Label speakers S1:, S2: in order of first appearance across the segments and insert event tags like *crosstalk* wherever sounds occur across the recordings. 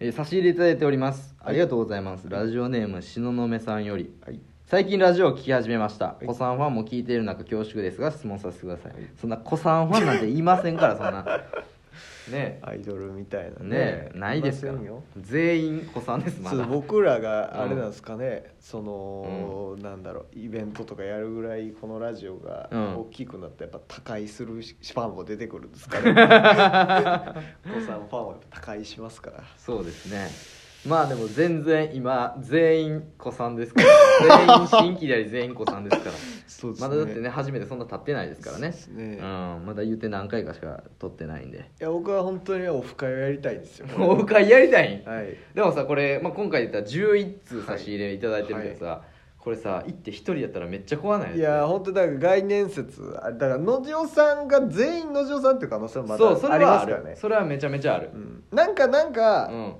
S1: えー差し入れいただいておりますありがとうございます、ラジオネーム東雲さんより最近ラジオを聞き始めました、
S2: い
S1: 子さんファンも聞いている中恐縮ですが質問させてください、そんな子さんファンなんて言いませんからそん
S2: *laughs*
S1: なね
S2: アイドルみたいな
S1: え
S2: ね
S1: ねえないですから
S2: いませんよ
S1: 全員子さんですま
S2: そう
S1: だ
S2: 僕らがあれなんですかね、その、なんだろうイベントとかやるぐらいこのラジオが
S1: うん
S2: 大きくなってやっぱ他界するしファンも出てくるんで
S1: *laughs*
S2: す *laughs* かねお子さんファンはやっぱ他界しますから
S1: そうですねまあでも全然今全員子さんですから全員新規であり全員子さんですから
S2: そう
S1: まだだってね初めてそんな経ってないですからね
S2: そうですね
S1: うん、まだ言って何回かしか撮ってないんで
S2: *laughs* いや僕は本当にオフ会をやりたいん
S1: *laughs*
S2: ですよ
S1: オフ会やりたいん
S2: はい
S1: でもさこれ、まあ、今回で言ったら11通差し入れいただいてるけどさ、これさ行って一人やったらめっちゃ怖ない
S2: いや本当だから概念説あだから野塩さんが全員野塩さんっていう可能性もま
S1: そうそ
S2: だあ
S1: れ
S2: りま
S1: はあ
S2: す
S1: る
S2: からね
S1: それはめちゃめちゃある
S2: うんなんかなんか、
S1: うん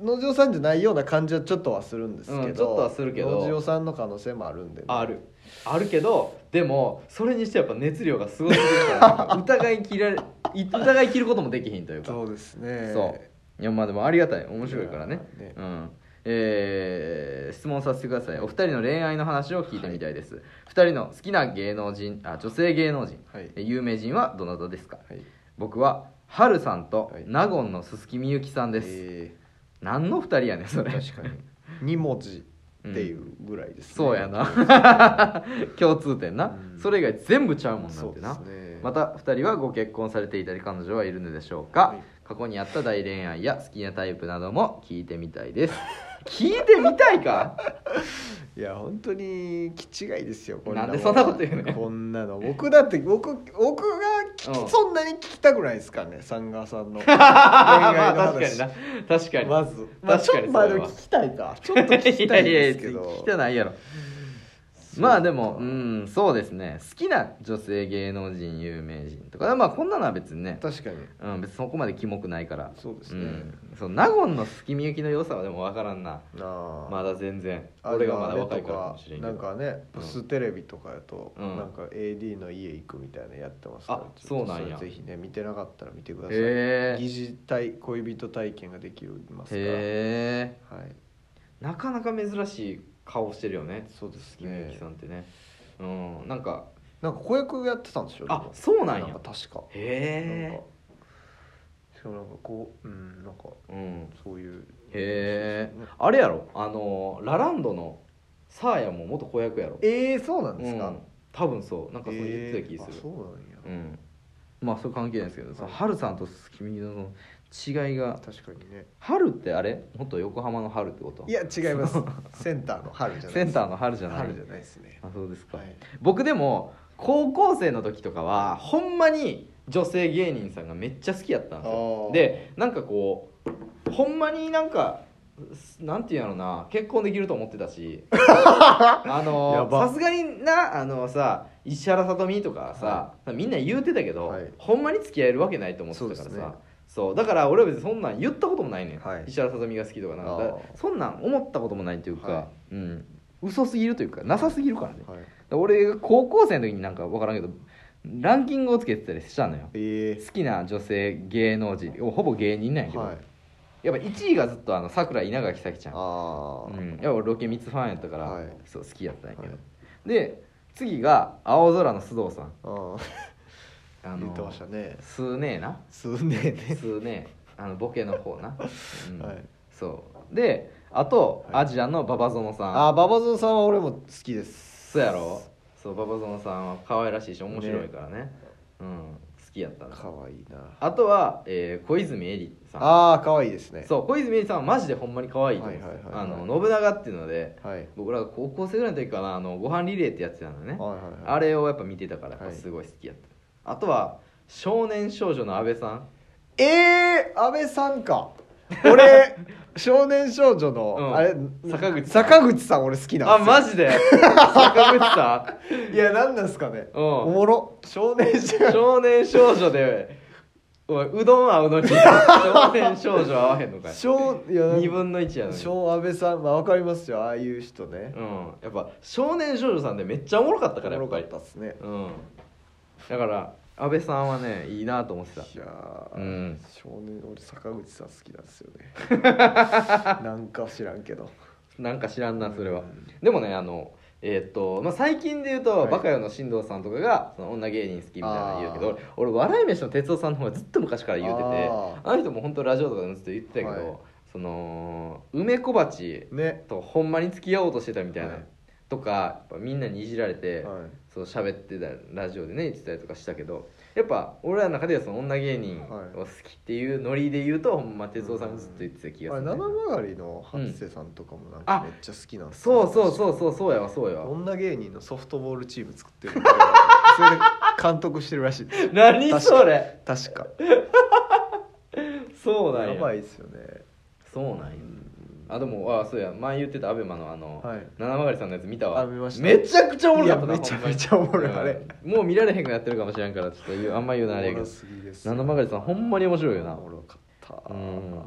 S2: 農場さんじゃないような感じはちょっとはするんですけど、
S1: うんちょっとはするけど
S2: 農場さんの可能性もあるんでね、
S1: あるあるけどでもそれにしてやっぱ熱量がすごすぎるから疑い切られい疑い切ることもできひんというか
S2: そうですね
S1: そういやまあでもありがたい面白いからね
S2: いやね
S1: うんえー質問させてくださいお二人の恋愛の話を聞いてみたいです、二人の好きな芸能人あ女性芸能人、
S2: はい
S1: え有名人はどなたですか、
S2: はい
S1: 僕はハルさんと
S2: はい
S1: 納言の鈴木みゆきさんです、
S2: え
S1: 何の二人やねんそれ
S2: ー確かに2文字っていうぐらいですね、
S1: *laughs* そうやな *laughs* 共通点な、
S2: うん
S1: それ以外全部ちゃうもんな
S2: そ
S1: ん
S2: う
S1: て
S2: で
S1: な、
S2: すね
S1: また2人はご結婚されていたり彼女はいるのでしょうか、
S2: はい
S1: 過去にあった大恋愛や好きなタイプなども聞いてみたいです
S2: *laughs*
S1: 聞いてみたいか
S2: いや本当に気違いですよこも
S1: なんでそんなこと言うの
S2: こんなの僕だって僕僕が聞き
S1: うん
S2: そんなに聞きたくないですからねサンガーさ
S1: *laughs*
S2: んの恋
S1: あ
S2: 愛
S1: まあ
S2: の
S1: 確かにな確 *laughs* かに、
S2: 話まず、まあ、
S1: 確
S2: ち
S1: か
S2: ょっ
S1: にそ
S2: とま
S1: れ
S2: だ
S1: は
S2: 聞きたいかちょっと聞きたいんですけど
S1: *laughs* いやいやいや聞きたないやろまあでもうんそうですね好きな女性芸能人有名人とかまあこんなのは別にね
S2: 確かに
S1: うん、別にそこまでキモくないから
S2: そうですね
S1: ん、そう納言のすきみゆきの良さはでも分からんな
S2: ああ
S1: まだ全然
S2: あ
S1: 俺が
S2: でも
S1: まだ若いから
S2: あ
S1: か
S2: れと
S1: もしれんけど
S2: なんかねブステレビとかやと、
S1: うん
S2: なんか AD の家行くみたいなやってますから
S1: あそうなんや
S2: ちょっとそれぜひね見てなかったら見てください、
S1: へえへ
S2: 疑似体恋人体験ができますから、
S1: え
S2: はい、
S1: なかなか珍しい顔してるよね
S2: そうです
S1: 月見ゆ
S2: ね
S1: きさんってねうんなんか
S2: なんか子役やってたんでしょ
S1: あ
S2: でも
S1: そうなんや
S2: か確かなん
S1: へ
S2: かしかもなんかこううんなんか
S1: えうん
S2: そういう
S1: へえあれやろあのーラランドのサーヤも元子役やろ
S2: えー、そうなんです
S1: う
S2: か
S1: ん、多分そうなんかそう言
S2: え
S1: ってた気
S2: ー
S1: す
S2: あ
S1: る、
S2: そうなんや、
S1: うんまあそれ関係ないですけどその春さんと君の違いが
S2: 確かにね
S1: 春ってあれ元横浜の春ってこと
S2: いや違いますセンターの春じゃない
S1: センタ
S2: ー
S1: ーの春じゃない
S2: 春じゃないですね
S1: あそうですか、
S2: はい
S1: 僕でも高校生の時とかはほんまに女性芸人さんがめっちゃ好きやったんですよ
S2: あー
S1: でなんかこうほんまになんかすなんていうんやろな結婚できると思ってた
S2: *laughs*
S1: しあ
S2: や
S1: の
S2: ば
S1: さすがになあのさ石原さとみとかさ、みんな言うてたけど、
S2: はい
S1: ほんまに付き合えるわけないと思ってたから
S2: そうですね
S1: さそうだから俺は別にそんなん言ったこともないねん、
S2: はい
S1: 石原さとみが好きとかなんか
S2: あー
S1: そんなん思ったこともないというか、
S2: は
S1: うん嘘すぎるというかなさすぎるからね、
S2: はい、
S1: 俺が高校生の時になんか分からんけどランキングをつけてたりしたのよ
S2: え
S1: 好きな女性芸能人ほぼ芸人なんや
S2: ー、
S1: けど、
S2: はい
S1: やっぱ1位がずっとあの桜井稲垣咲ちゃん、
S2: ああ、
S1: うん、やっぱ俺ロケミツファンやったから、
S2: はい
S1: そう好きやったんやけど、
S2: はい
S1: で次が青空の須藤さん
S2: あ
S1: あ
S2: あ
S1: の
S2: 言ってましたね
S1: すーねえな
S2: 数年
S1: す
S2: ね
S1: ーねえあのボケの方
S2: *laughs*
S1: な、うん
S2: はい
S1: そうであと、
S2: はい
S1: アジアの馬場園さん
S2: ああ馬場園さんは俺も好きです
S1: そうやろそう馬場園さんは可愛らしいし面白いからねうん好きやったな
S2: かわいいな
S1: あとは、えー小泉絵里さん
S2: ああかわいいですね
S1: そう小泉絵里さんはマジでほんまに可愛いと思うんですよ
S2: はいはいはい
S1: あ
S2: はい
S1: の信長っていうので
S2: はい
S1: 僕らが高校生ぐらいの時かなあのご飯リレーってやってたのね
S2: はいはいはい
S1: あれをやっぱ見てたからやっぱ
S2: はい
S1: すごい好きやった、あとは少年少女の阿部さん
S2: えー、安倍さんか俺少年少女の、
S1: うん
S2: あれ
S1: 坂口さん
S2: 坂口さん俺好き
S1: あ
S2: なんですよ
S1: マジで坂口さん
S2: いや何なんですかね、
S1: うん
S2: おもろ少年少女
S1: 少年少女でおいうどん合うのに少年少女合わへんのかい
S2: 少いや
S1: 2分の1やのに
S2: 少安倍さんまあわかりますよああいう人ね
S1: うんやっぱ少年少女さんでめっちゃおもろかったからやっぱり
S2: おもろかったっすね
S1: うんだから安倍さんはねいいなと思ってた
S2: いやー、
S1: うん
S2: 少年俺坂口さん好きなんですよ
S1: *laughs*
S2: ねなんか知らんけど
S1: なんか知らんなそれは、
S2: うん
S1: でもねあのえーっとまあ、最近で言うと、
S2: はい
S1: バカよの進藤さんとかがその女芸人好きみたいなの言うけど
S2: あー
S1: 俺俺笑い飯の哲夫さんの方がずっと昔から言うてて
S2: あ
S1: あの人も本当ラジオとかでもずっと言ってたけど、
S2: はい
S1: その梅小鉢
S2: ーね
S1: とほんまに付き合おうとしてたみたいな、
S2: はい
S1: とかやっぱみんなにいじられて、
S2: は
S1: そう喋ってたラジオでね言ってたりとかしたけどやっぱ俺らの中ではその女芸人を好きっていうノリで言うと、ほんま哲夫さんがずっと言ってた気
S2: い
S1: が
S2: あ
S1: す
S2: れ
S1: るね、
S2: 七曲りの初瀬さんとかもなんか
S1: うん
S2: めっちゃ好きなんです
S1: そ
S2: よ
S1: うそうそうそうそうやわそうや
S2: *laughs*
S1: わ
S2: 女芸人のソフトボールチーム作ってるんで *laughs* それで監督してるらしいです
S1: 何それ
S2: 確か
S1: そうなんや
S2: やばいですよね
S1: そうなんやあでもあそうや前言ってたアベマのあの、
S2: はい
S1: 七曲さんのやつ見たわ
S2: あ見ました
S1: めちゃくちゃおもろかったない
S2: やめちゃめちゃおもろいあれ、
S1: うんもう見られへんくなってるかもしれんからちょっと言うあんま言うなあれやけ
S2: おもろ
S1: ど
S2: すぎですよ
S1: 七曲さんほんまに面白いよ
S2: お
S1: な
S2: もろかった
S1: うん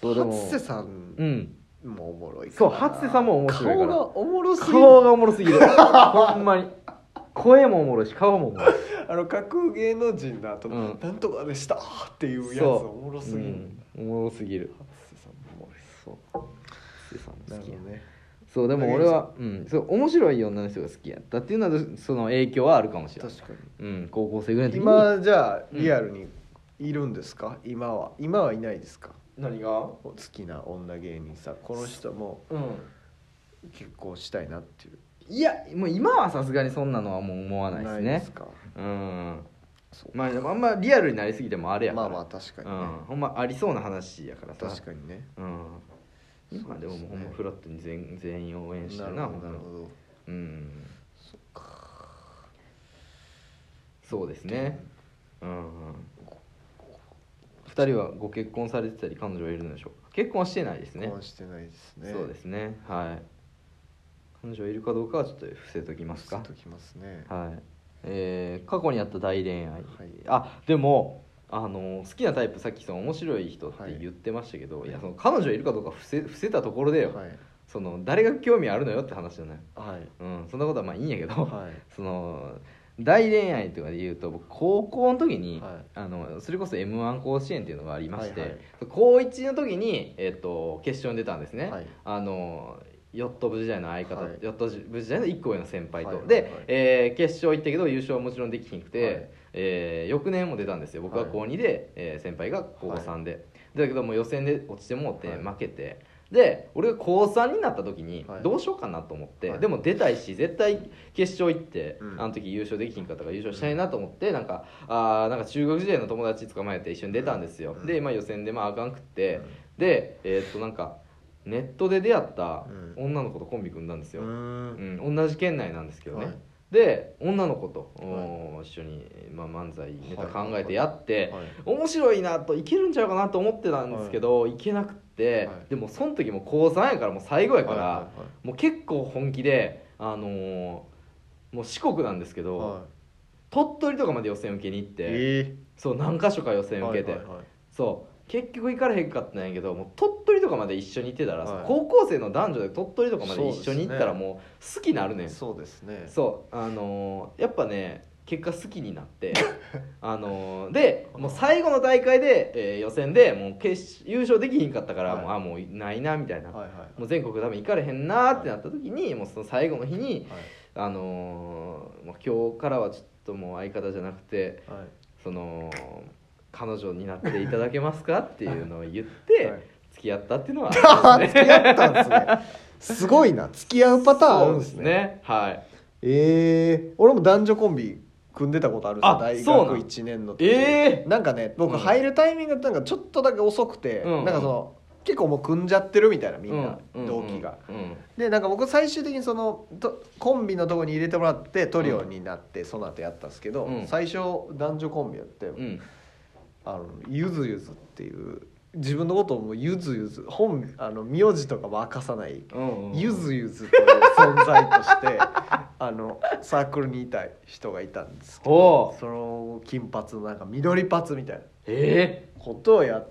S1: そうでも
S2: 初瀬さん
S1: うん
S2: もおもろい
S1: そう初瀬さんも面白いから
S2: 顔がおもろすぎる
S1: 顔がおもろすぎ
S2: *laughs*
S1: るほんまに声もおもろいし顔もおもろい
S2: あの架空芸能人だと、
S1: うん
S2: なんとかでしたっていうやつ
S1: そう
S2: おもろすぎる、
S1: うんおもろすぎる
S2: 初瀬さんもおもろい
S1: そう初瀬さんも
S2: な
S1: 好
S2: る
S1: き
S2: ほ
S1: や
S2: どね
S1: そうでも俺は、うん、そう面白い女の人が好きやったっていうのはその影響はあるかもしれない
S2: 確、か
S1: うん、高校生ぐらいの
S2: に
S1: 時に
S2: 今じゃあリアルにいるんですか、今は今はいないですか
S1: 何が
S2: お好きな女芸人さんこの人も
S1: うん
S2: 結婚したいなっていう
S1: いやもう今はさすがにそんなのはもう思わないですね
S2: か
S1: うん
S2: そう
S1: まあでもあんまリアルになりすぎてもあれやから
S2: まあまあ確かにね、
S1: うん、ほんまありそうな話やからさ
S2: 確かにね
S1: うん今でももうほんまフラットに全全員応援して
S2: な
S1: る
S2: る
S1: な
S2: ほどなる
S1: ほんま
S2: ほど
S1: にうんそうですねうんうん2人はご結婚されてたり彼女はいるんでしょうか結婚はしてないですね
S2: 結婚してないですね
S1: そうですすねはい彼女いるかどうかはちょっと伏せときますか
S2: ときますね
S1: はいえー過去にあった大恋愛、
S2: い
S1: あでもあの好きなタイプさっきその面白い人って言ってましたけど、い、やその彼女いるかどうか伏せ伏せたところでよ、
S2: はい
S1: その誰が興味あるのよって話じゃない、
S2: はい
S1: うん、そんなことはまあいいんやけど、
S2: はい
S1: その大恋愛とかで言うと僕高校の時に、
S2: はい
S1: あのそれこそ m 1甲子園っていうのがありまして、
S2: はいはい
S1: 高1の時に、えっと決勝に出たんですね、
S2: はい
S1: あのヨット部時代の相方、
S2: はい
S1: ヨット部時代の1個上の先輩と、
S2: はいはいはい
S1: で、えー決勝行ったけど優勝はもちろんできひんくて、
S2: はい
S1: えー翌年も出たんですよ僕は
S2: はい
S1: 高2で、えー先輩が高3で、だけどもう予選で落ちてもうて
S2: はい
S1: 負けて、で俺が高3になった時に
S2: はい
S1: どうしようかなと思って、
S2: はい
S1: でも出たいし絶対決勝行って、
S2: うん
S1: あの時優勝できひんかったから優勝したいなと思って、なんかあーなんか中学時代の友達捕まえて一緒に出たんですよ、
S2: うん
S1: で、まあ、予選でまああかんくって、でえーっとなんかネットで出会った
S2: うん
S1: 女の子とコンビ組んだんです
S2: う
S1: よ、
S2: ん
S1: うん同じ県内なんですけどね、
S2: はい
S1: で女の子と、
S2: い
S1: おー一緒に、まあ、漫才ネタ
S2: はい
S1: 考えてやって、
S2: はい
S1: 面白いなといけるんちゃうかなと思ってたんですけど、い、けなくって、
S2: はい
S1: でもその時も高3やからもう最後やから、
S2: は
S1: もう結構本気であのーもう四国なんですけ
S2: い
S1: ど、
S2: はいはいはい
S1: 鳥取とかまで予選受けに行って、
S2: え
S1: そう何か所か予選受けて、
S2: はいはいはい
S1: そう結局行かれへんかったんやけどもう鳥取とかまで一緒に行ってたら、
S2: はい
S1: 高校生の男女で鳥取とかまで一緒に行ったら
S2: そうですね
S1: もう好きになるねん
S2: そうですね
S1: そうあのーやっぱね結果好きになって
S2: *laughs*
S1: あのーでもう最後の大会で、えー予選でもう決優勝できひんかったから、
S2: はい
S1: もうあもうないなみたいな、
S2: はいはい
S1: もう全国多分行かれへんなーってなった時に、もうその最後の日に
S2: はい
S1: あのーもう今日からはちょっともう相方じゃなくて
S2: はい
S1: その彼女になっていただけますかっていうのを言って、
S2: はい
S1: 付き合ったっていうのは
S2: あー付き合ったんですねすごいな付き合うパターン *laughs* あるんですね
S1: はい
S2: ええ俺も男女コンビ組んでたことあるんですよ
S1: あ
S2: 大
S1: そうな
S2: 学
S1: ん
S2: 1年の時
S1: ええ
S2: なんかね僕
S1: うん
S2: 入るタイミングってなんかちょっとだけ遅くて、
S1: うん
S2: なんかその結構もう組んじゃってるみたいなみんな、
S1: うう
S2: 同期が、
S1: うん
S2: でなんか僕最終的にそのとコンビのとこに入れてもらってトリオになって、その後やったんですけど、
S1: うん
S2: 最初男女コンビやって、
S1: うん
S2: あのゆずゆずっていう自分のことをもうゆずゆず本あの名字とかも明かさない
S1: うんうん
S2: ゆずゆずという存在としてあのサークルにいた人がいたんですけ
S1: お
S2: ど
S1: う
S2: その金髪のなんか緑髪みたいな
S1: え
S2: ことをやっ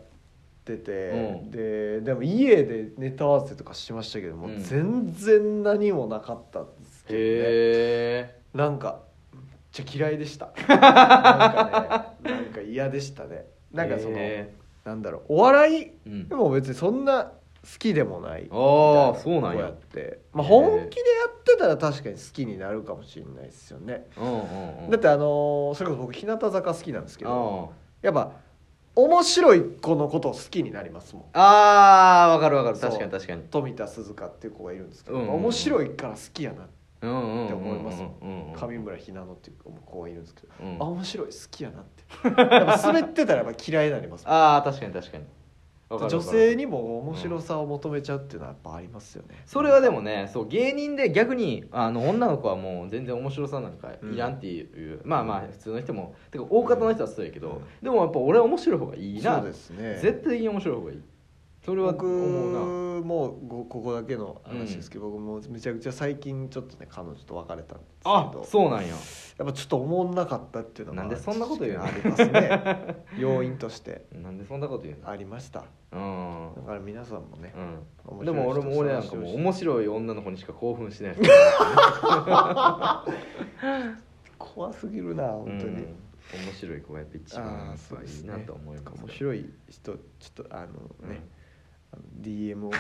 S2: てて、
S1: うん
S2: ででも家でネタ合わせとかしましたけども、
S1: うん
S2: 全然何もなかったんです
S1: え
S2: けどね
S1: へえ
S2: なんかちゃ嫌いでした
S1: *laughs*
S2: なんかねなんか嫌でしたねなんかその、
S1: え
S2: なんだろうお笑い
S1: ーうん
S2: でも別にそんな好きでもない
S1: ああそうなん
S2: こうや
S1: や
S2: って、まあ、
S1: へえ
S2: 本気でやってたら確かに好きになるかもしれないですよね、
S1: うんうんうん
S2: だってあのーそれこそ僕日向坂好きなんですけど
S1: あ
S2: やっぱ面白い子のことを好きになりますもん
S1: あーわかるわかる
S2: そう
S1: 確かに確かに
S2: 富田鈴香っていう子がいるんですけど、
S1: うんうんうん
S2: 面白いから好きやな
S1: うんうんうん
S2: って思います
S1: うんうん
S2: 上村ひなのっていう子がいるんですけど、
S1: うん
S2: あ面白い好きやなってやっぱ滑ってたらやっぱ嫌いになりますもん
S1: ああ確かに確かにわかるわかる
S2: 女性にも面白さを求めちゃうっていうのはやっぱありますよね、
S1: それはでもねそう芸人で逆にあの女の子はもう全然面白さなんかいらんっていう、まあまあ普通の人もてか大方の人はそうやけど、
S2: うん
S1: でもやっぱ俺は面白い方がいいな
S2: そうですね
S1: 絶対に面白い方がいいそれは
S2: 僕
S1: 思うな
S2: もごここだけの話ですけど、僕もめちゃくちゃ最近ちょっとね彼女と別れたんですけ
S1: あ
S2: ど
S1: そうなんや
S2: やっぱちょっと思んなかったっていうのが
S1: なんでそんなこと言うの
S2: ありますね要因
S1: *laughs*
S2: として
S1: なんでそんなこと言うの
S2: ありました
S1: うん
S2: だから皆さんもね、
S1: うん、でも俺も俺なんかもう面
S2: 白
S1: 白
S2: い
S1: い女の子にしか興奮しない
S2: 人怖すぎるな本当に、
S1: うん面白い子がやっぱ一番
S2: あ
S1: や
S2: あ
S1: っ
S2: そう
S1: ぱ
S2: で
S1: い
S2: す
S1: い
S2: ね
S1: なと思います
S2: 面
S1: い
S2: 白い人ちょっとあのね、あの DM を
S1: *laughs* 送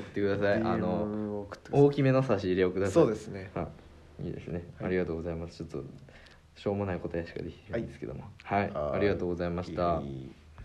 S1: ってくださいあの
S2: DM を送ってください
S1: 大きめの差し入れをください
S2: そうですね
S1: はい、いいですね、
S2: はい
S1: ありがとうございますちょっとしょうもない答えしかできないんですけどもはい、
S2: はい
S1: ありがとうございました
S2: いい